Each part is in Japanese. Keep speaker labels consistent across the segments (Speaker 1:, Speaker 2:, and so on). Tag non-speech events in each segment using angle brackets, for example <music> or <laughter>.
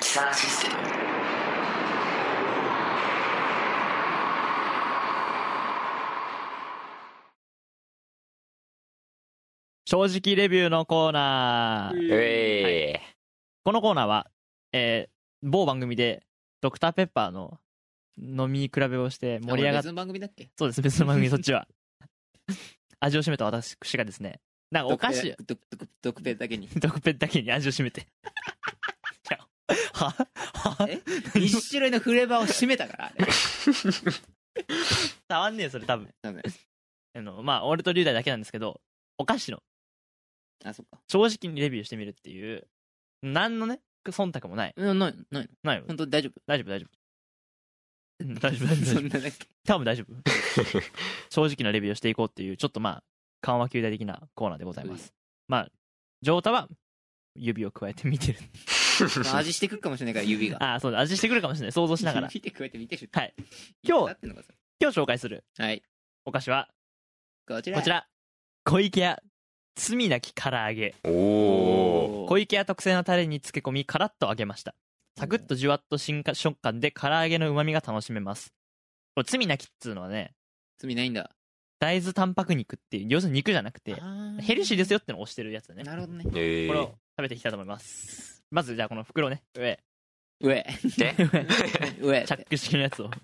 Speaker 1: キサーシステム
Speaker 2: 正直レビューのコーナー。
Speaker 3: うえ
Speaker 2: このコーナーは、えー某番組でドクターペッパーの飲み比べをして盛り上がっ
Speaker 3: 俺別の番組だっけ
Speaker 2: そうです、別の番組そっちは。 <laughs> 味を占めた私がですね、なんかお菓子、
Speaker 3: ドクドクドクペだけに
Speaker 2: 毒ペンだけに <laughs> 味を占めて。い <laughs> やはは
Speaker 3: え一種類のフレーバーを占めたからあれ
Speaker 2: 伝わんねえよ、それ多分。
Speaker 3: 多 <laughs> 分
Speaker 2: あの、まあ、俺と龍大だけなんですけど、お菓子の
Speaker 3: あそっか
Speaker 2: 正直にレビューしてみるっていう、何のね、忖度もない。
Speaker 3: うんないないの
Speaker 2: ないよ。
Speaker 3: 本当大丈夫
Speaker 2: 大丈夫、大丈夫。うん大丈夫、大丈
Speaker 3: そ
Speaker 2: 夫
Speaker 3: ん。
Speaker 2: <laughs>
Speaker 3: なだっけ
Speaker 2: 多分大丈夫。 <laughs> 正直なレビューをしていこうっていう、ちょっとまあ、緩和球大的なコーナーでございます。まあ、ジョータは指を加えて見てる。
Speaker 3: まあ味してくっかもしれないから指
Speaker 2: <laughs>
Speaker 3: が
Speaker 2: ああ、そうだ、味してくるかもしれない。想像しながら。
Speaker 3: <laughs> 見てくれて見てる
Speaker 2: はい今日
Speaker 3: いつだってんのかそ
Speaker 2: <laughs> 今日紹介する
Speaker 3: れはい
Speaker 2: お菓子は、
Speaker 3: こちら
Speaker 2: こちら。小池屋、罪なき唐揚げ。
Speaker 4: おお
Speaker 2: 小池屋特製のタレに漬け込み、カラッと揚げました。サクッとじゅわっと新食感で唐揚げの旨味が楽しめます。これ、罪なきっつうのはね、
Speaker 3: 罪ないんだ
Speaker 2: 大豆タンパク肉っていう、要するに肉じゃなくて、ヘルシーです
Speaker 3: よ
Speaker 2: よってのを押してるやつだね。
Speaker 3: なるほどね
Speaker 4: え
Speaker 2: これを
Speaker 4: ー
Speaker 2: 食べていきたいと思います。まず、じゃあこの袋ね、上、
Speaker 3: 上
Speaker 2: <laughs>
Speaker 3: <laughs>
Speaker 4: で
Speaker 3: 上
Speaker 2: チャ
Speaker 3: <laughs>
Speaker 2: ック式のやつを
Speaker 3: チ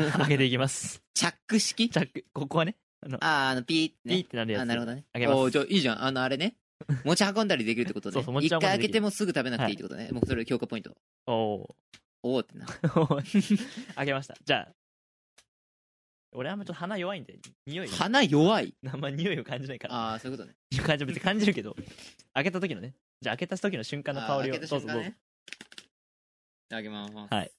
Speaker 2: 上げていきます。
Speaker 3: ャック式
Speaker 2: チャック、ここはね、
Speaker 3: あーあのピーってね
Speaker 2: いいってなるやつ。
Speaker 3: あなるほどね
Speaker 2: あげます
Speaker 3: おーじゃあいいじゃんあのあ
Speaker 2: <laughs>
Speaker 3: れね持ち運んだりできるってことね
Speaker 2: そうそう持ち運んだ
Speaker 3: 一回
Speaker 2: り
Speaker 3: 開
Speaker 2: できる
Speaker 3: けてもすぐ食べなくていいってことね、もうそれ強化ポイント
Speaker 2: お
Speaker 3: おおってな
Speaker 2: ーあげました。じゃあ、俺あんまちょっと鼻弱いんで、匂い、
Speaker 3: 鼻弱い
Speaker 2: あんま匂いを感じないから。
Speaker 3: <laughs> ああそういうことね
Speaker 2: 感じ別に感じるけど、開けた時のね、じゃあ開けた時の瞬間の香りを、
Speaker 3: あー開けた
Speaker 2: そう
Speaker 3: 瞬
Speaker 2: そう
Speaker 3: 間
Speaker 2: そう。
Speaker 3: ねいただきます
Speaker 2: はい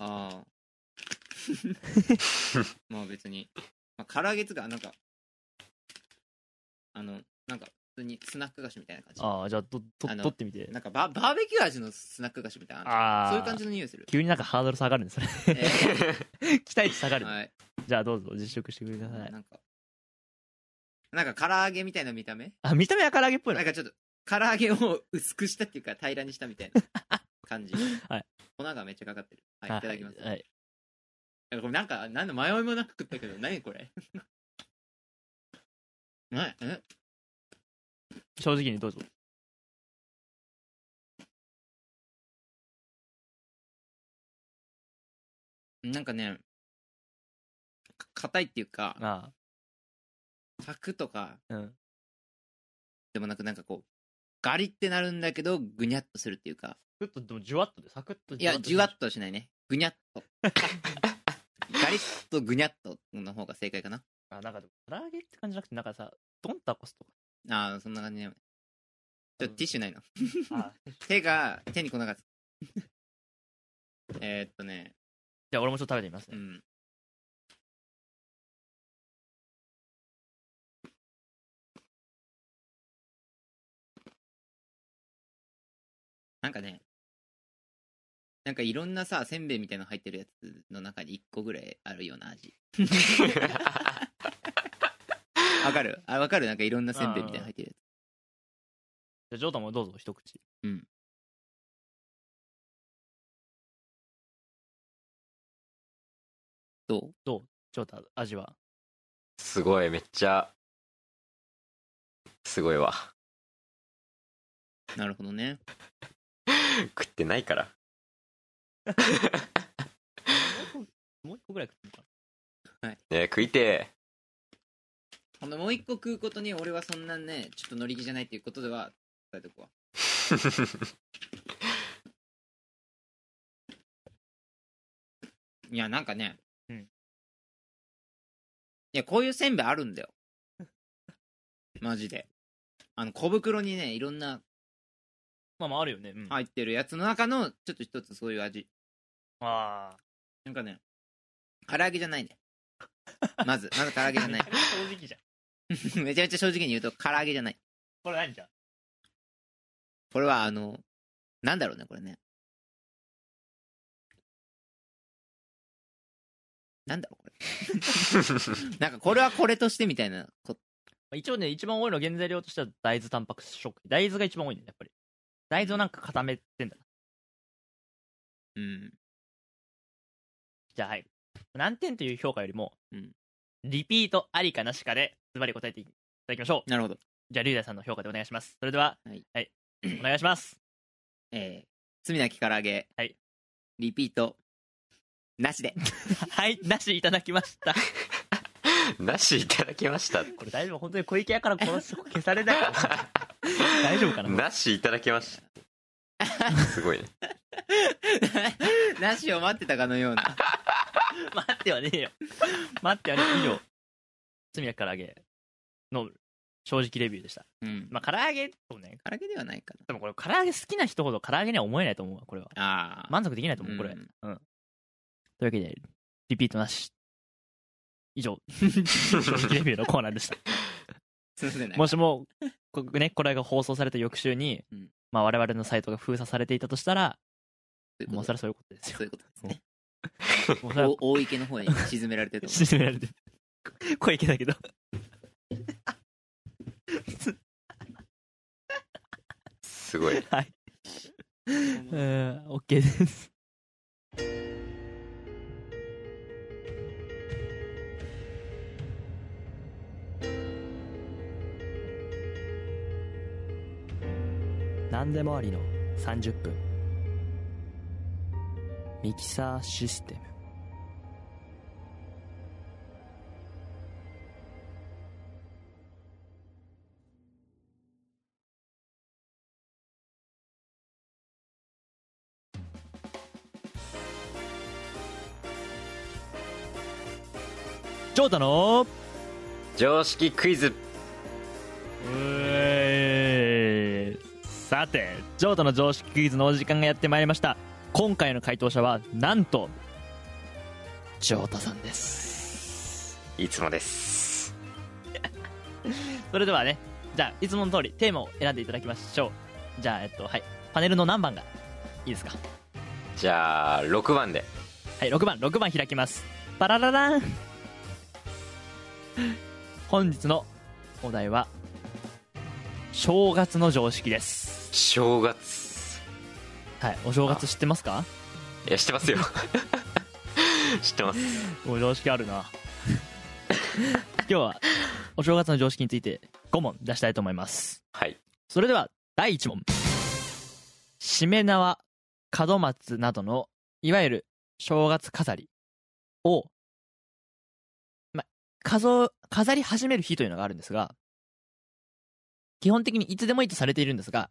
Speaker 3: あ
Speaker 2: <laughs>
Speaker 3: あまあ別に、まあ、唐揚げとかなんかあのなんか普通にスナック菓子みたいな感じ
Speaker 2: ああ、じゃあ、と、と、
Speaker 3: あの
Speaker 2: 取ってみて。
Speaker 3: なんかババーベキュー味のスナック菓子みたいな
Speaker 2: ああ、、
Speaker 3: そういう感じの匂いす
Speaker 2: <laughs>
Speaker 3: る
Speaker 2: 急になんかハードル下がるね、
Speaker 3: <laughs>
Speaker 2: それ。
Speaker 3: えー
Speaker 2: 期待値下がるね。
Speaker 3: はい、
Speaker 2: じゃあどうぞ、実食してください。
Speaker 3: なんかなんか唐揚げみたいな見た目
Speaker 2: あ、見た目は唐揚げっぽい
Speaker 3: <laughs> な
Speaker 2: の
Speaker 3: ん。かちょっと唐揚げを薄くしたっていうか平らにしたみたいな感じ、
Speaker 2: はい
Speaker 3: 粉がめっちゃかかってるはいいただきます、
Speaker 2: はいはい。
Speaker 3: なんかこれなんか何の迷いもなく食ったけど何これ <laughs> ねえ
Speaker 2: 正直にどうぞ。
Speaker 3: なんかねか硬いっていうか
Speaker 2: あ
Speaker 3: サクとか
Speaker 2: あ、うん。
Speaker 3: でもなくなんかこうガリってなるんだけどぐにゃっとするっていうか
Speaker 2: ぐっと、でも、じゅわっとで、サクッと。
Speaker 3: いやじゅわっとはしないねぐにゃっとガリッとぐにゃっとの方が正解かな
Speaker 2: あ、なんかでも、唐揚げって感じじゃなくて、なんかさ、ドンタコスと
Speaker 3: ああそんな感じだよねちょっとティッシュないの
Speaker 2: か。 <laughs> あー
Speaker 3: 手が手に粉がつく <laughs> えーっとね
Speaker 2: じゃあ、俺もちょっと食べてみます
Speaker 3: う
Speaker 2: ね。
Speaker 3: んなんかねなんかいろんなさせんべいみたいなの入ってるやつの中に1個ぐらいあるような味わかるあわかるなんかいろんなせんべいみたいなの入ってるやつ
Speaker 2: じゃあ、ジョータもどうぞ、一口。
Speaker 3: どう
Speaker 2: ジョータ、味は。
Speaker 4: すごいめっちゃすごいわ <laughs>
Speaker 3: なるほどね
Speaker 4: 食ってないから
Speaker 2: もう一個ぐらい食ってみようかな。
Speaker 3: はい
Speaker 4: ねえ食いて
Speaker 3: ほんでもう一個食うことに俺はそんなね、ちょっと乗り気じゃないっていうことでは、伝えと
Speaker 2: <laughs>
Speaker 3: こわ。いや、なんかね、
Speaker 2: うん
Speaker 3: いや、こういうせんべいあるん
Speaker 2: <laughs>
Speaker 3: だよ。マジで。あの、小袋にね、いろんな
Speaker 2: まあまああるよね。うん。
Speaker 3: 入ってるやつの中の、ちょっと一つそういう味。
Speaker 2: ああ。
Speaker 3: なんかね、唐揚げじゃないね。まず、まず唐揚げじ
Speaker 2: <laughs>
Speaker 3: ゃない。
Speaker 2: 正直じゃん。
Speaker 3: めちゃめちゃ正直に言うと、唐揚げじゃない。
Speaker 2: これ何じゃん。
Speaker 3: これはあの、なんだろうね、これね。なんだろう、これ。
Speaker 2: <laughs>
Speaker 3: なんかこれはこれとしてみたいなこ
Speaker 2: まあ一応ね、一番多いのは原材料としては大豆タンパク質食大豆が一番多いんだよ、やっぱり。大豆をなんか固めてんだな。
Speaker 3: うん。
Speaker 2: じゃあ、はい。何点という評価よりも、
Speaker 3: うん
Speaker 2: リピートありかなしかで、ズバリ答えていただきましょう。
Speaker 3: なるほど。
Speaker 2: じゃあ、リュウダイさんの評価でお願いします。それでは、
Speaker 3: はい、
Speaker 2: お願いします。
Speaker 3: <laughs> えー、罪なき唐揚げ。
Speaker 2: はい。
Speaker 3: リピート。な
Speaker 2: <laughs>
Speaker 3: しで。
Speaker 2: はい、なしいただきました。
Speaker 4: なしいただきました
Speaker 2: これ大丈夫本当に小池屋からこ
Speaker 3: <laughs>
Speaker 2: の人消されないかもしれない大丈夫かな
Speaker 4: なしいただきましたすごいね
Speaker 3: なしを待ってたかのよう
Speaker 2: <laughs>
Speaker 3: な。
Speaker 2: 待ってはねえよ。待ってはねえ。以上、罪なき唐揚げの正直レビューでした。
Speaker 3: うん。
Speaker 2: まあ、唐揚げとね、
Speaker 3: 唐揚げではないかな。
Speaker 2: でもこれ、唐揚げ好きな人ほど唐揚げには思えないと思うわ、これは。
Speaker 3: ああ。
Speaker 2: 満足できないと思う、これ。
Speaker 3: う
Speaker 2: うん。
Speaker 3: ん
Speaker 2: というわけで、リピートなし。以
Speaker 3: <laughs>
Speaker 2: 上、正直レビューのコーナーでした。
Speaker 3: すいませんね。
Speaker 2: もしも、こね、これが放送された翌週に、
Speaker 3: うん
Speaker 2: まあ、我々のサイトが封鎖されていたとしたら、
Speaker 3: ということで
Speaker 2: もうそれはそういうことですよ
Speaker 3: <laughs> そう。いうことですね。
Speaker 2: もうそれは
Speaker 3: お大池の方に沈められてると
Speaker 2: <laughs>
Speaker 3: 思う。
Speaker 2: 沈められてる小池だけど
Speaker 4: すごい
Speaker 2: はいうん OK です何でもありの30分ミキサーシステムジョータの
Speaker 4: 常識クイズ
Speaker 2: えーさて、ジョータの常識クイズのお時間がやってまいりました。今回の回答者は、なんと、ジョータさんです。
Speaker 4: いつもです
Speaker 2: それではね、じゃあ、いつもの通りテーマを選んでいただきましょう。じゃあ、えっと、はい、パネルの何番がいいですか
Speaker 4: じゃあ6番で
Speaker 2: はい、6番、6番開きます。パラララン本日のお題は、正月の常識です。
Speaker 4: 正月
Speaker 2: はい、お正月知ってますか
Speaker 4: いや知ってますよ <laughs> 知ってます
Speaker 2: お常識あるな今日はお正月の常識について5問出したいと思います
Speaker 4: はい
Speaker 2: それでは第1問しめ縄門松などのいわゆる正月飾りを、ま、飾飾り始める日というのがあるんですが基本的にいつでもいいとされているんですが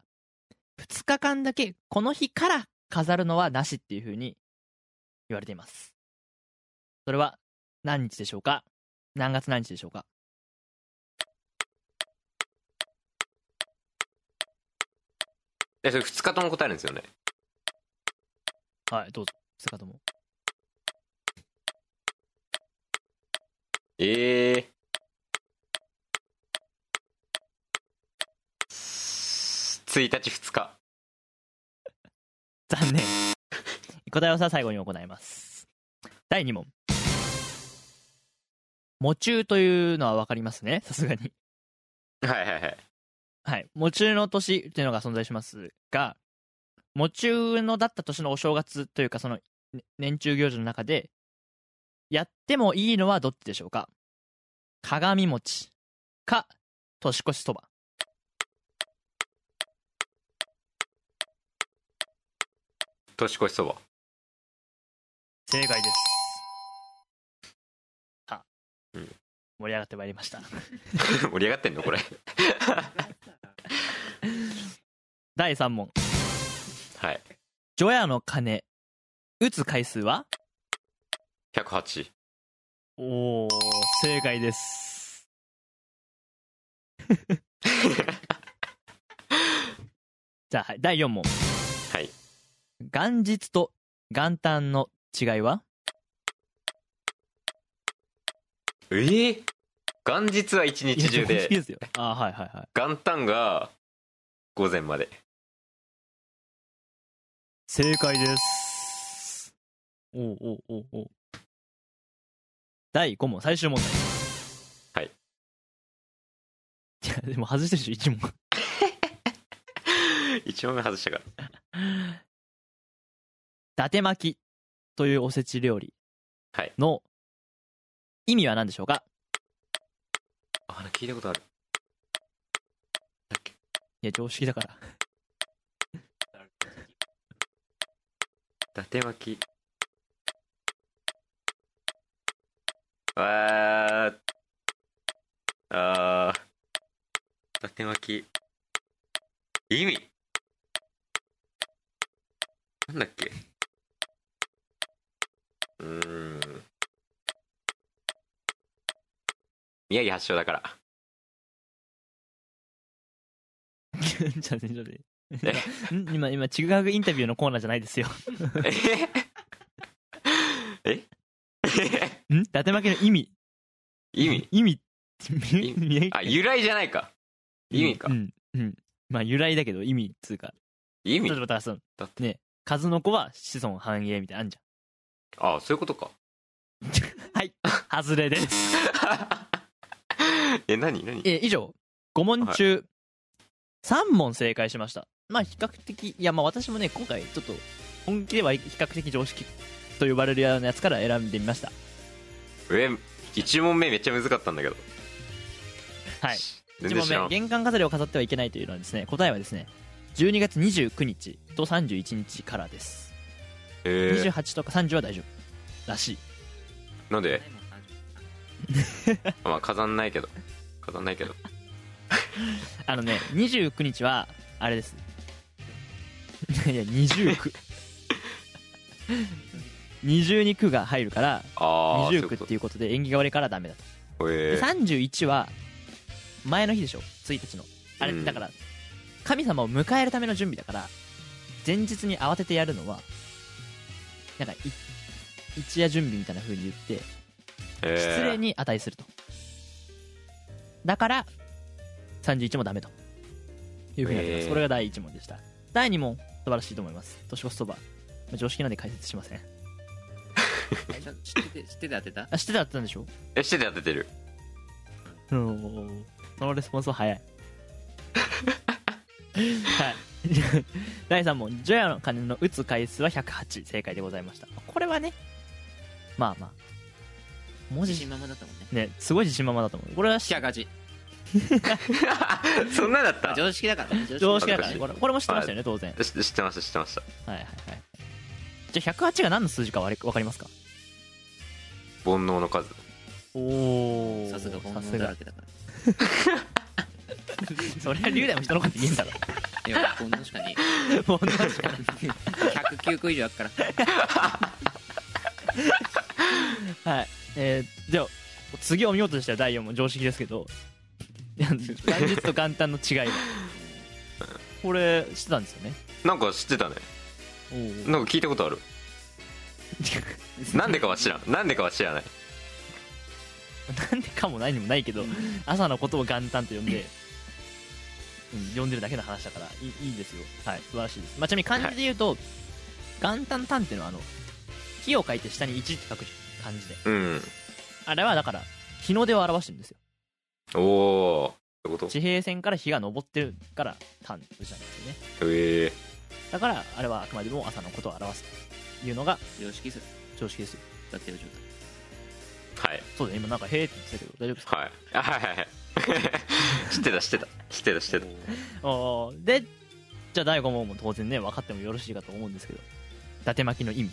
Speaker 2: 2日間だけこの日から飾るのはなしっていうふうに言われていますそれは何日でしょうか何月何日でしょうか
Speaker 4: えそれ2日とも答えるんですよね
Speaker 2: はいどうぞ2日とも
Speaker 4: ええ1日2日
Speaker 2: 残念 <laughs> 答えをさ最後に行います第2問喪中というのは分かりますねさすがに
Speaker 4: はいはいはい
Speaker 2: はい喪中の年というのが存在しますが喪中のだった年のお正月というかそのね年中行事の中でやってもいいのはどっちでしょうか鏡餅か年越しそば
Speaker 4: 年越しそば
Speaker 2: 正解ですさあ
Speaker 4: うん
Speaker 2: 盛り上がってまいりました。
Speaker 4: <laughs> 盛り上がってんのこれ
Speaker 2: 第3問。
Speaker 4: はい
Speaker 2: 除夜の鐘、打つ回数は
Speaker 4: 108
Speaker 2: おー、正解
Speaker 4: <laughs>
Speaker 2: です。じゃあ、はい、第4問。
Speaker 4: はい
Speaker 2: 元日と元旦の違いは
Speaker 4: えー、元日は一日中
Speaker 2: いやこれ好き
Speaker 4: です
Speaker 2: よ。あーはいはいはい。
Speaker 4: 元旦が午前まで
Speaker 2: 正解です。おうおうおうおう第5問、最終問題。
Speaker 4: はい。
Speaker 2: いや、でも外してるでしょ、1問。
Speaker 4: 一問目外したから
Speaker 2: 伊達巻きというおせち料理
Speaker 4: はい
Speaker 2: の意味は何でしょうか
Speaker 4: あなんか聞いたことある
Speaker 2: いや、常識だから。 <laughs>
Speaker 4: 伊達巻きあーあー伊達巻き意味なんだっけうーん宮城発祥だから
Speaker 2: ちょっと待ってちょっと待ってん今、今、ちぐはぐインタビューのコーナーじゃないですよ。
Speaker 4: ええ <laughs>
Speaker 2: ん伊達巻きの意味。
Speaker 4: 意味
Speaker 2: <laughs> 意味。
Speaker 4: 意あ由来じゃないか意味か
Speaker 2: うん。うん。まあ、由来だけど、意味っつうか。
Speaker 4: 意味
Speaker 2: 例えば、だからその
Speaker 4: だっ、
Speaker 2: ね、数の子は子孫繁栄みたいなのあんじ
Speaker 4: ああそういうことか
Speaker 2: ゃん。外れです。
Speaker 4: え何何
Speaker 2: えー以上、5問中、3問正解しました。まあ、比較的、いや、まあ私もね、今回、ちょっと、本気では比較的常識と呼ばれるようなやつから選んでみました。
Speaker 4: え1問目めっちゃ難かったんだけど
Speaker 2: はい。
Speaker 4: 全
Speaker 2: 1
Speaker 4: 然知ら
Speaker 2: 問
Speaker 4: ん
Speaker 2: 目、玄関飾りを飾ってはいけないというのはですね、答えはですね、12月29日と31日からです。
Speaker 4: えー
Speaker 2: 28とか30は大丈夫。らしい。
Speaker 4: なんで
Speaker 3: ないもんな
Speaker 4: まあ飾んないけど飾んないけど
Speaker 2: あのね、29日は、あれです。 <laughs> いや、29。20に9が入るから、
Speaker 4: ああ
Speaker 2: 二十九っていうことで縁起が悪いからダメだと、
Speaker 4: とえ
Speaker 2: で31は前の日でしょ1日のあれ、
Speaker 4: うん
Speaker 2: だから神様を迎えるための準備だから前日に慌ててやるのはなんかい一夜準備みたいな風に言って失礼
Speaker 4: え
Speaker 2: に値すると、だから31もダメというふうになってます、
Speaker 4: えー
Speaker 2: これが第1問でした第2問素晴らしいと思います年越しそばまあ常識なんで解説しません
Speaker 3: えちょ知ってて知ってて当てた
Speaker 2: あ知ってたってたんでしょ
Speaker 4: えしてて当て
Speaker 2: <laughs>
Speaker 4: てる
Speaker 2: うんそのレスポンスは <laughs> 早い。はい。 <laughs> じゃあ第3問、除夜の鐘の打つ回数は108、正解でございました。これはね、まあまあ、文
Speaker 3: 自信
Speaker 2: 字、
Speaker 3: 満々だったもんね
Speaker 2: ね、すごい自信満々だと思う。これは
Speaker 3: 記者勝ち
Speaker 4: そんなだっ
Speaker 3: まあ
Speaker 4: た
Speaker 3: 常識だからね
Speaker 2: 常識だ
Speaker 3: か
Speaker 2: からね。これこれも知ってましたよね、当然。
Speaker 4: し知ってました知ってました
Speaker 2: はいはいはい。じゃあ108が何の数字かわれわかりますか
Speaker 4: 煩悩の数
Speaker 2: お
Speaker 3: らさすが本
Speaker 2: さす
Speaker 3: 物だ
Speaker 2: が
Speaker 3: ら。けだから
Speaker 2: それは龍大も人のこと言えん <laughs> だろ。
Speaker 3: <laughs> いや本物しかね
Speaker 2: もう同じかな
Speaker 3: え109個以上あっから
Speaker 2: はい。えー、じゃあ、次を見ようとしたら第4問、常識ですけど、 <laughs> いや元日と元旦の違いは。これ、知ってたんですよね。
Speaker 4: なんか知ってたねなんか聞いたことあるなんでかは知らんなんでかは知らない
Speaker 2: <laughs> なんでかも何にもないけど、朝のことを元旦と呼んで、うん、呼んでるだけの話だから、いいいいですよ。はい、素晴らしいです。まあ、ちなみに漢字で言うと、元旦旦っていうのは、あの、火を書いて下に1って書く漢字で。
Speaker 4: うん
Speaker 2: あれはだから、日の出を表してるんですよ。
Speaker 4: おおってこと
Speaker 2: 地平線から日が昇ってるから、旦って打ちなんですよね。
Speaker 4: ええ
Speaker 2: だからあれはあくまでも朝のことを表すというのが
Speaker 3: 常識す
Speaker 2: 常識ですよ
Speaker 3: だってる状態
Speaker 4: はい
Speaker 2: そうだね今なんか「へえ」って言ってたけど大丈夫ですか
Speaker 4: はいあはいはいはい <laughs> 知ってた知ってた知ってた知ってた
Speaker 2: あーでじゃあ第5問も当然ね分かってもよろしいかと思うんですけど伊達巻きの意味伊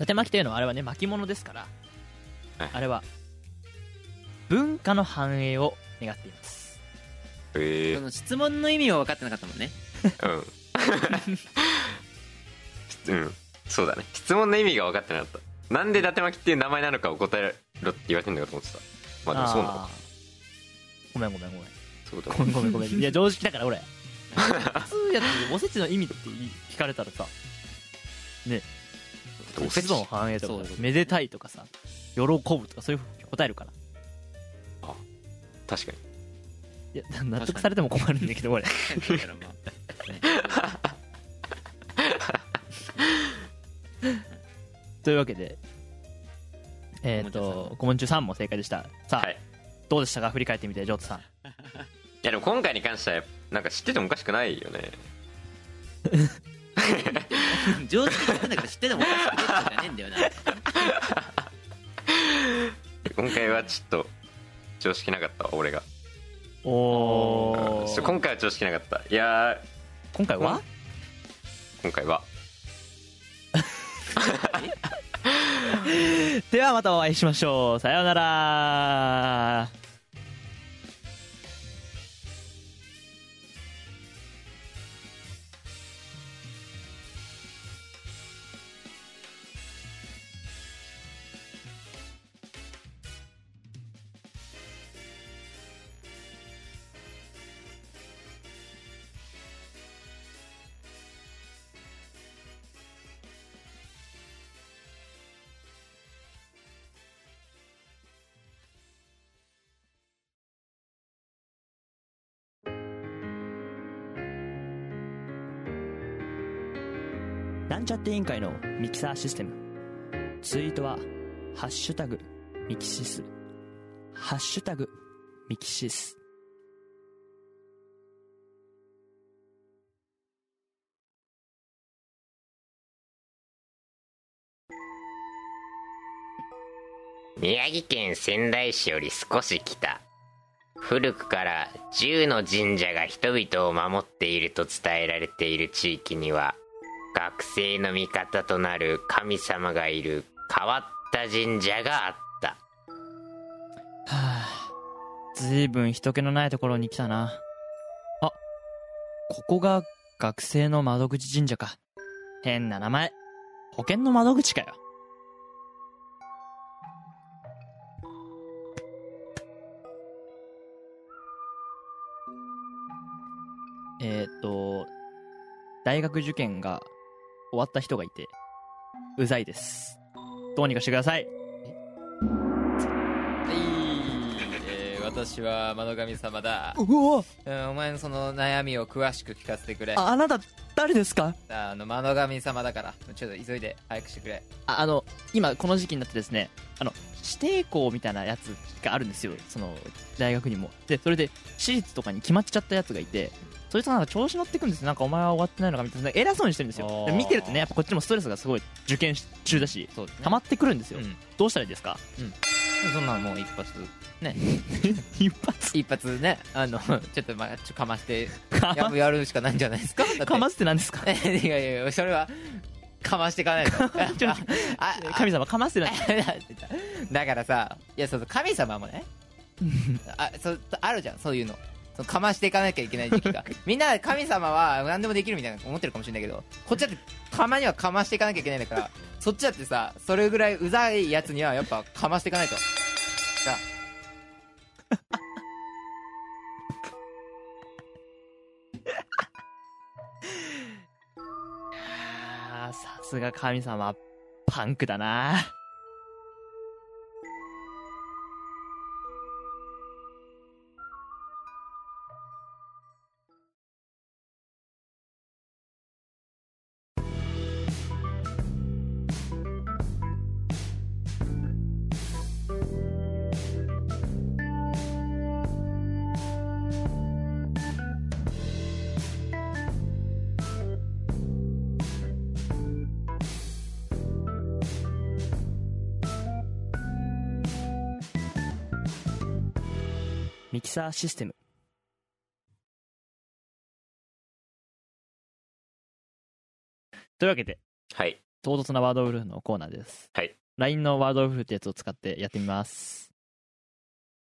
Speaker 2: 達巻きというのはあれはね巻物ですから、
Speaker 4: はい
Speaker 2: あれは文化の繁栄を願っています
Speaker 4: ええ
Speaker 5: その質問の意味は分かってなかったもんね
Speaker 4: うん。 <laughs> うん。そうだね。質問の意味が分かってなかった。なんで伊達巻っていう名前なのかを答えろって言われてんだかと思ってた。まあでもそうなのか。
Speaker 2: あーごめんごめんごめん
Speaker 4: そうだ
Speaker 2: ごめんごめんごめんいや常識だから
Speaker 4: <laughs>
Speaker 2: 俺普通やっておせちの意味って聞かれたらさ
Speaker 4: おせち
Speaker 2: 質問反映と
Speaker 5: そう
Speaker 2: か
Speaker 5: そう
Speaker 2: めでたいとかさ喜ぶとかそういうふうに答えるから
Speaker 4: 確かに。
Speaker 2: いや納得されても困るんだけ
Speaker 4: <laughs>
Speaker 2: ど俺
Speaker 5: だからまあ、
Speaker 2: <laughs>
Speaker 5: ね
Speaker 2: というわけでえっ、と古文中3問正解でしたさあ、
Speaker 4: はい。い
Speaker 2: どうでしたか振り返ってみてジョータさん
Speaker 4: やでも今回に関しては、なんか知っててもおかしくないよね。
Speaker 5: 常識的なんだから知っててもおかしくないじゃねえんだよな
Speaker 4: 今回はちょっと、常識なかったわ俺が。
Speaker 2: お
Speaker 4: うん
Speaker 2: お
Speaker 4: ちょ今回は常識なかった。いやー、
Speaker 2: 今回は、
Speaker 4: 今回は。
Speaker 2: ではまたお会いしましょうさようならなんちゃって委員会のミキサーシステムツイートは「ハッシュタグミキシス」「ハッシュタグミキシス」
Speaker 6: 宮城県仙台市より少し北古くから10の神社が人々を守っていると伝えられている地域には学生の味方となる神様がいる変わった神社があった
Speaker 2: はあ、ずいぶん人気のないところに来たな。あ、ここが学生の窓口神社か。変な名前。保険の窓口かよ。えーっと、大学受験が終わった人がいて、うざいです。どうにかしてください。
Speaker 3: はい、えー私は窓神様だ、
Speaker 2: うわ
Speaker 3: うん、お前のその悩みを詳しく聞かせてくれあ
Speaker 2: あなた、誰ですか
Speaker 3: の窓神様だからちょっと急いで早くしてくれ
Speaker 2: ああの今この時期になってですねあの指定校みたいなやつがあるんですよその大学にもでそれで私立とかに決まっちゃったやつがいてそいつがなんか調子乗ってくんですよなんかお前は終わってないのかみたいな偉そうにしてるんです
Speaker 3: あ
Speaker 2: よ
Speaker 3: ー
Speaker 2: で見てるとねやっぱこっちもストレスがすごい受験し中だし
Speaker 3: そうですね
Speaker 2: 溜まってくるんですよ、
Speaker 3: うん
Speaker 2: どうしたらいいですか
Speaker 3: そんなのもう一発
Speaker 2: <laughs> 一発
Speaker 3: 一発ねあの <laughs> ちょっと,、まあ、ちょっとかまして
Speaker 2: <laughs> か
Speaker 3: や
Speaker 2: ま
Speaker 3: るやるしかないんじゃないですかだって
Speaker 2: かますって何です <laughs> か
Speaker 3: <laughs> いやいやいやそれはかましていかないと
Speaker 2: ちょっと
Speaker 3: ああ
Speaker 2: 神様かますって何
Speaker 3: <laughs> だからさいやそうそう神様もねあそうあるじゃんそういうのそのかましていかなきゃいけない時期がみんな神様は何でもできるみたいな思ってるかもしれないけどこっちだってたまにはかましていかなきゃいけないんだからそっちだってさそれぐらいうざいやつにはやっぱかましていかないとさ
Speaker 2: あーさすが神様パンクだなミキサーシステムというわけで
Speaker 4: はい。
Speaker 2: 唐突なワードウルフのコーナーです
Speaker 4: はい
Speaker 2: LINE のワードウルフってやつを使ってやってみます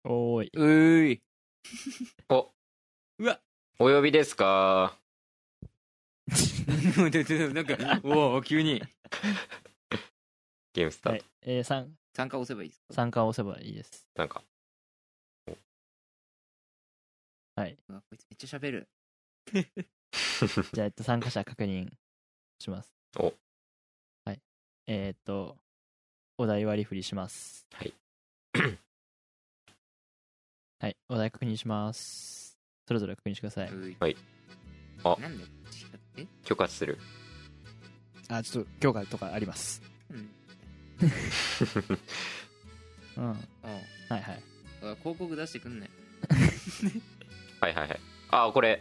Speaker 2: おーいう
Speaker 7: ー
Speaker 3: <laughs>
Speaker 7: い。
Speaker 4: お呼びですか
Speaker 3: なんか、おお、急に。
Speaker 4: ゲームスター
Speaker 2: は
Speaker 4: ト、
Speaker 2: い、えー、3
Speaker 3: 参加押せばいいですか
Speaker 2: 参加を押せばいいです
Speaker 4: なんか
Speaker 3: うわこいつめっちゃ喋る。
Speaker 2: じゃあ、えっと、参加者確認します。
Speaker 4: お
Speaker 2: はい。えーっと、お題割り振りします。
Speaker 4: はい。
Speaker 2: はい、お題確認します。それぞれ確認してください。
Speaker 3: うい
Speaker 4: はいあ
Speaker 3: なんだよ、こっちだって
Speaker 4: 許可する
Speaker 2: あ、ちょっと、強化とかあります。
Speaker 3: うん。
Speaker 2: うん。は
Speaker 3: あ
Speaker 2: いはい。
Speaker 3: あ広告出してくんない。
Speaker 4: はいはいはいあこれ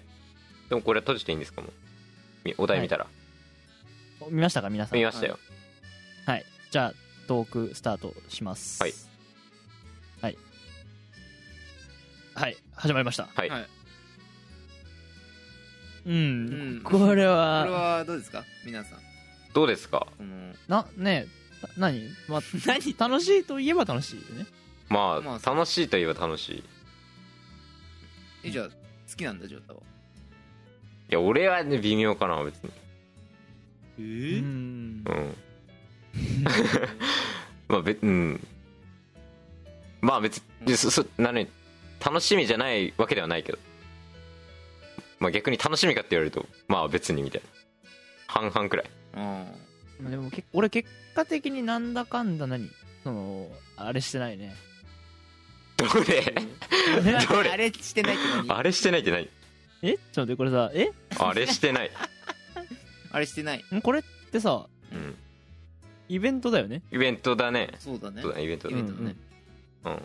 Speaker 4: でもこれ閉じていいんですかもうみお題見たら、
Speaker 2: お見ましたか皆さん。
Speaker 4: 見ましたよ、
Speaker 2: じゃあ、トークスタートします。
Speaker 4: はい。
Speaker 2: はい。はい、始まりました。
Speaker 4: はい
Speaker 3: はい
Speaker 2: うん、
Speaker 3: うん
Speaker 2: これ
Speaker 3: こ
Speaker 2: は、
Speaker 3: れはどうですか皆さん。
Speaker 4: どうですか
Speaker 3: この、
Speaker 2: な、ねえ、な何まあ、何楽しいといえば楽しいよね。
Speaker 4: まあ、
Speaker 3: まあ
Speaker 4: 楽しいといえば楽しいい
Speaker 3: え、じゃあ、好きなんだ、ジョータは。
Speaker 4: や俺はね微妙かな別に
Speaker 3: え
Speaker 2: うん
Speaker 4: う。んまあ別うんまあ別にそそなのに楽しみじゃないわけではないけどまあ逆に楽しみかって言われるとまあ別にみたいな半々くらい
Speaker 3: あ
Speaker 2: まあでもけ俺結果的になんだかんだ何そのあれしてないね
Speaker 4: どれどれ
Speaker 7: あれしてないって何
Speaker 4: <laughs> あれしてないって何
Speaker 2: えちょっと待ってこれさえ
Speaker 4: あれしてない、
Speaker 3: あ。あれしてない。
Speaker 2: んこれってさ
Speaker 4: うん、
Speaker 2: イベントだよね
Speaker 4: イベントだね
Speaker 3: そうだね
Speaker 4: そ。うだねイベントだね、
Speaker 3: ントだね
Speaker 4: うん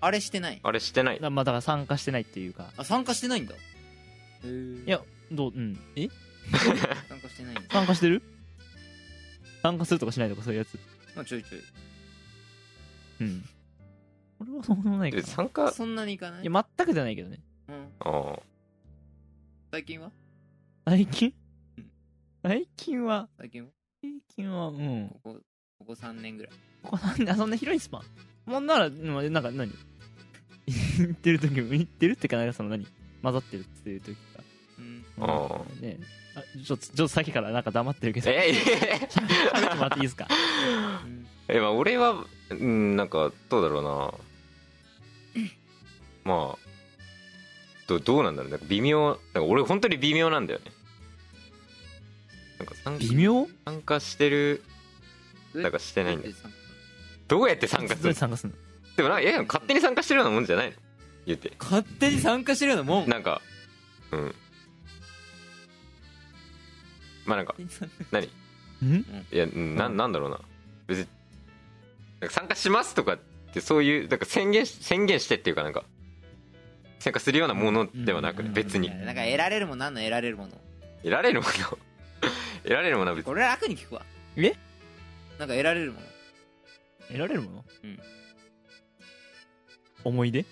Speaker 3: あれしてない。
Speaker 4: あれしてない
Speaker 2: だまあだから参加してないっていうか
Speaker 3: あ、参加してないんだ。
Speaker 2: いやどううんえ
Speaker 3: 参加してないんだ。
Speaker 2: 参加してる参加するとかしないとかそういうやつ
Speaker 3: まあ、ちょいちょい。
Speaker 2: うんこれはそうでもないか
Speaker 4: え
Speaker 2: な
Speaker 4: 参加あ
Speaker 3: そんなにいかない
Speaker 2: いや全くじゃないけどね
Speaker 3: うん
Speaker 4: あ
Speaker 3: 最近は
Speaker 2: 最近
Speaker 3: うん
Speaker 2: 最近は
Speaker 3: 最近は
Speaker 2: 最近はうん
Speaker 3: ここ、ここ3年ぐらい。
Speaker 2: ここなんであ <laughs> そんな広いスパンもんならまあなんか何言ってる時も言ってるってかなんかその何混ざってるっていう時か
Speaker 3: うん。
Speaker 4: あ
Speaker 2: ねあちょっとちょっとさっきからなんか黙ってるけど
Speaker 4: え <laughs>
Speaker 2: 喋ってもらっていいですか
Speaker 3: うん
Speaker 4: え、まあ、俺は、うん、なんか、どうだろうな。まあ、どどうなんだろう。なんか微妙、なんか俺、本当に微妙なんだよね。なんか参
Speaker 2: 微妙
Speaker 4: 参加してる、
Speaker 3: どう
Speaker 4: <laughs> な
Speaker 3: や
Speaker 4: んかしてないんだ
Speaker 3: どうや
Speaker 4: よ
Speaker 3: って参加
Speaker 4: どうやって参加するの
Speaker 2: 参加するの
Speaker 4: でもなんか、いや、勝手に参加してるようなもんじゃないの言うて。
Speaker 3: 勝手に参加してるようなもん。
Speaker 4: なんか、うん。まあなんか、何い
Speaker 2: ん
Speaker 4: や、うんななんだろうな。別に、なんか参加しますとかって、そういう、なんか宣言し、宣言してっていうかなんか、参加するようなものではなく
Speaker 2: うんうんう
Speaker 4: ね、
Speaker 2: ん
Speaker 4: 別に
Speaker 3: い。やなんか得られるもんなんの得られるもの。
Speaker 4: 得られるもの <laughs> 得られるものは別に。
Speaker 3: これ楽に聞くわ。
Speaker 2: え
Speaker 3: なんか得られるもの。
Speaker 2: 得られるもの
Speaker 3: うん
Speaker 2: 思い出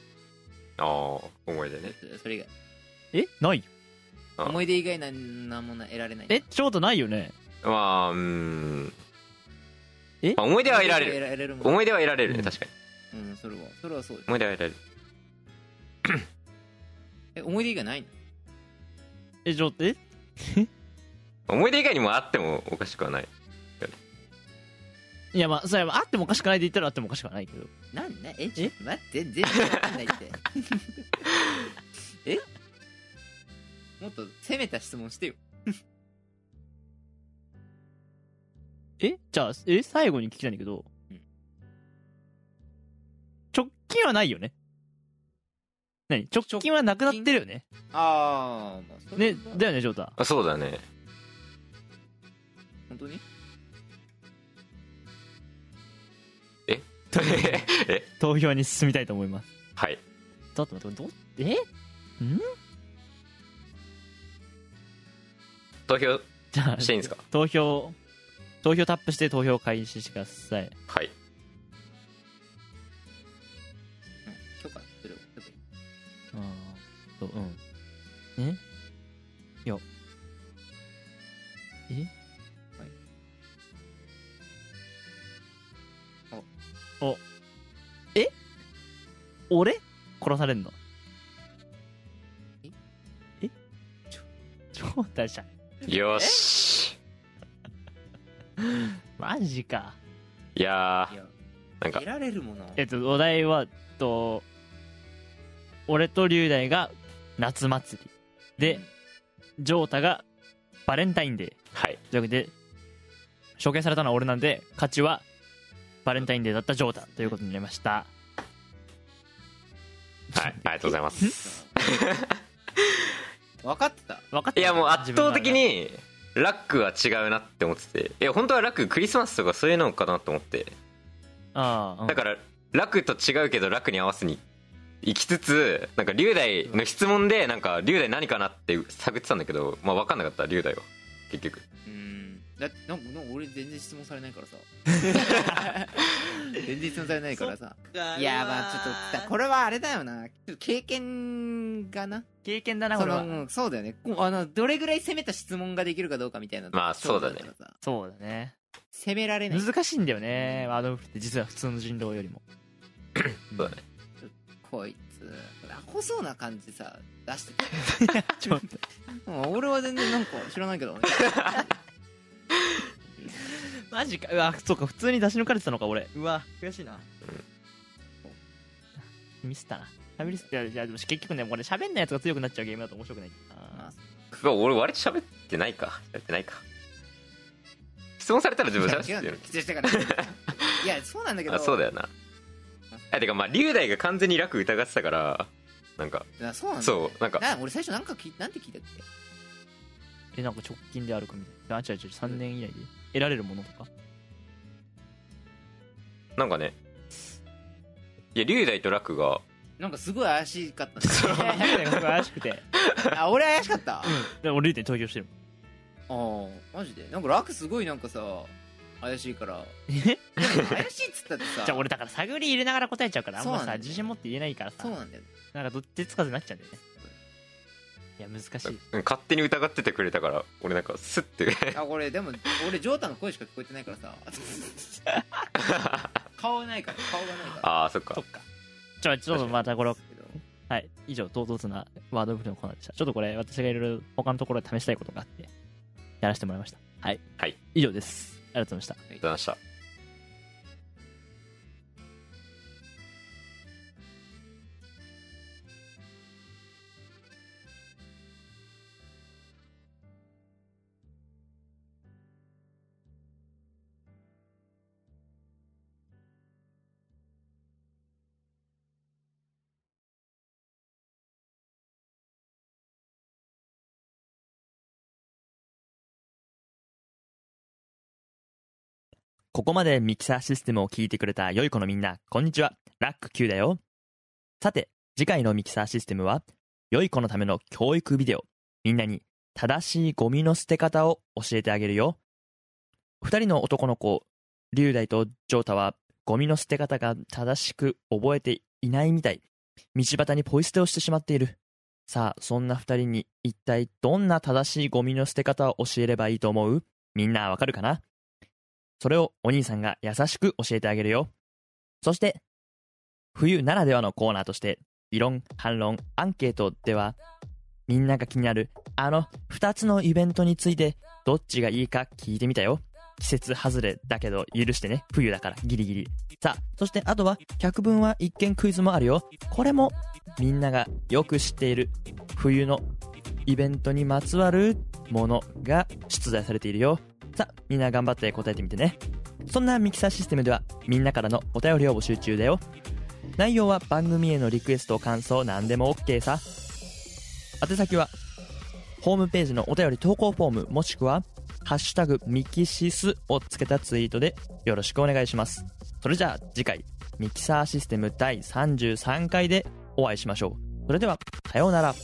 Speaker 4: ああ、思い出ね。
Speaker 3: それ以外。
Speaker 2: えないよ
Speaker 4: あ
Speaker 3: 思い出以外なんなんもな得られない。
Speaker 2: えちょうどないよね
Speaker 4: まあ、うーん。
Speaker 2: え
Speaker 4: まあ思い出は得られる。
Speaker 3: 得られるもん。
Speaker 4: 思い出は得られる
Speaker 2: う
Speaker 4: ね、
Speaker 2: ん
Speaker 4: 確かに。
Speaker 3: うん、それは。それはそうです。
Speaker 4: 思い出は得られる。
Speaker 3: え、思い出以外ないの
Speaker 2: えちょっとえ
Speaker 4: 思い出以外にもあってもおかしくはない。
Speaker 2: いやまあそれはあってもおかしくないで言ったらあってもおかしくはないけど
Speaker 3: なんだえ、ちょっと待って、全然わかんないっ
Speaker 4: <laughs>
Speaker 3: て。えもっと攻めた質問してよ。
Speaker 2: えじゃあえ最後に聞きたいんだけど
Speaker 3: うん
Speaker 2: 直近はないよね何直近はなくなってるよね
Speaker 3: あー、まあ、それ
Speaker 2: ね
Speaker 3: は、
Speaker 2: だよね、ジョータ。
Speaker 4: あ、そうだね。
Speaker 3: 本当に
Speaker 4: え
Speaker 2: 投票に進みたいと思います。
Speaker 4: <laughs> はい。
Speaker 2: ちょっと待って、これど、えん
Speaker 4: 投票
Speaker 2: じゃあ、
Speaker 4: していいんですか
Speaker 2: 投票、投票タップして投票開始してください。
Speaker 4: はい。
Speaker 3: うん許可するわちょっと
Speaker 2: うん。そううん。えいや。えお。お。え俺殺されんの
Speaker 7: え
Speaker 2: えちょ <laughs> 超大した
Speaker 4: よし
Speaker 2: マジか
Speaker 4: いや
Speaker 3: いや
Speaker 4: ーなんか
Speaker 3: 得られるもの
Speaker 2: えっとお題はえっと俺と龍大が夏祭りでジョータがバレンタインデ
Speaker 4: はい
Speaker 2: ーというわけで処刑されたのは俺なんで勝ちはバレンタインデーだったジョータということになりました
Speaker 4: はいありがとうございます <laughs>
Speaker 7: 分かってた
Speaker 2: 分かった
Speaker 4: いやもう圧倒的
Speaker 2: 自分の中で
Speaker 4: にラックは違うなって思ってていや本当はラッククリスマスとかそういうのかなと思って
Speaker 2: ああ、うん
Speaker 4: だからラクと違うけどラクに合わせに行きつつなんか龍大の質問でなんか龍大何かなって探ってたんだけどまあ分かんなかった龍大は結局
Speaker 3: うんだってなんかなんか俺全然質問されないから
Speaker 4: <laughs>
Speaker 3: さ全然質問されないからさいやまあちょっとさこれはあれだよなちょっと経験がな
Speaker 2: 経験だな
Speaker 3: そ
Speaker 2: これは
Speaker 3: のうんそうだよねこうあのどれぐらい攻めた質問ができるかどうかみたいな
Speaker 4: まあそうだね
Speaker 3: 勝負からさ
Speaker 2: そうだね
Speaker 3: 攻められない
Speaker 2: 難しいんだよねワードオフって実は普通の人狼よりも
Speaker 4: そうだね
Speaker 3: こいつアホそうな感じさ出
Speaker 4: <laughs>
Speaker 3: して
Speaker 2: ちょっと
Speaker 3: たうん俺は全然なんか知らないけ
Speaker 4: <laughs>
Speaker 3: どね
Speaker 2: マジかうわそうか普通に出し抜かれてたのか俺うわ悔しいな、ミスったなあミスったいやいやでも結局ねこれ喋んないやつが強くなっちゃうゲームだと面白くない
Speaker 3: まあ
Speaker 4: うわ俺割と喋ってないか喋ってないか質問されたら自分喋ってるよね
Speaker 3: 失礼したからいやそうなんだけど
Speaker 4: あそうだよなあてかまあ龍大が完全に楽疑ってたからなんか
Speaker 3: あそうなんだよね
Speaker 4: そうなんか
Speaker 3: な俺最初なんか聞いなんて聞いたっけ
Speaker 2: えなんか直近であるかみたいなあ違う違う3年以内で得られるものとか
Speaker 4: なんかねいや龍大と楽が
Speaker 3: なんかすごい怪しかった <laughs> んだよね
Speaker 2: えなんか怪しくて
Speaker 3: <laughs> あ俺怪しかった
Speaker 2: で俺リーテに投票してる
Speaker 3: ああマジでなんか楽すごいなんかさ怪しいから
Speaker 2: え
Speaker 3: 怪しいっつったってさ
Speaker 2: じゃあ俺だから探り入れながら答えちゃうからあんま
Speaker 3: そうなん
Speaker 2: さ
Speaker 3: だよね
Speaker 2: 自信持って言えないからさ
Speaker 3: そうなんだよ
Speaker 2: なんかどっちつかずになっちゃうんだよねいや難しい
Speaker 4: うん勝手に疑っててくれたから俺なんかスッて <laughs>
Speaker 3: あこれでも俺ジョータの声しか聞こえてないから
Speaker 2: <laughs>
Speaker 3: さ顔ないから顔がないから
Speaker 4: ああそっ
Speaker 2: そ
Speaker 4: か
Speaker 2: っかちょちょっとまたこれ
Speaker 3: けど
Speaker 2: はい、以上、唐突なワードオブのコーナーでした。ちょっとこれ、私がいろいろ他のところで試したいことがあって、やらせてもらいました。はい。
Speaker 4: はい。
Speaker 2: 以上です。ありがとうございまし
Speaker 4: ありがとうござ
Speaker 3: は
Speaker 4: い
Speaker 3: い
Speaker 4: ました
Speaker 2: た。ここまでミキサーシステムを聞いてくれた良い子のみんな、こんにちは。ラック Q だよ。さて、次回のミキサーシステムは、良い子のための教育ビデオ。みんなに正しいゴミの捨て方を教えてあげるよ。二人の男の子、龍大とジョータは、ゴミの捨て方が正しく覚えていないみたい。道端にポイ捨てをしてしまっている。さあ、そんな二人に一体どんな正しいゴミの捨て方を教えればいいと思うみんなわかるかなそれをお兄さんが優しく教えてあげるよ。そして、冬ならではのコーナーとして、理論、反論、アンケートでは、みんなが気になるあの二つのイベントについてどっちがいいか聞いてみたよ。季節外れだけど許してね。冬だからギリギリ。さあ、そしてあとは百聞は一見クイズもあるよ。これもみんながよく知っている冬のイベントにまつわるものが出題されているよ。さあ、みんな頑張って答えてみてね。そんなミキサーシステムではみんなからのお便りを募集中だよ。内容は番組へのリクエスト、感想、何でも OK さ。宛先はホームページのお便り投稿フォームもしくは「ハッシュタグミキシス」をつけたツイートでよろしくお願いしますそれじゃあ次回ミキサーシステム第33回でお会いしましょうそれではさようなら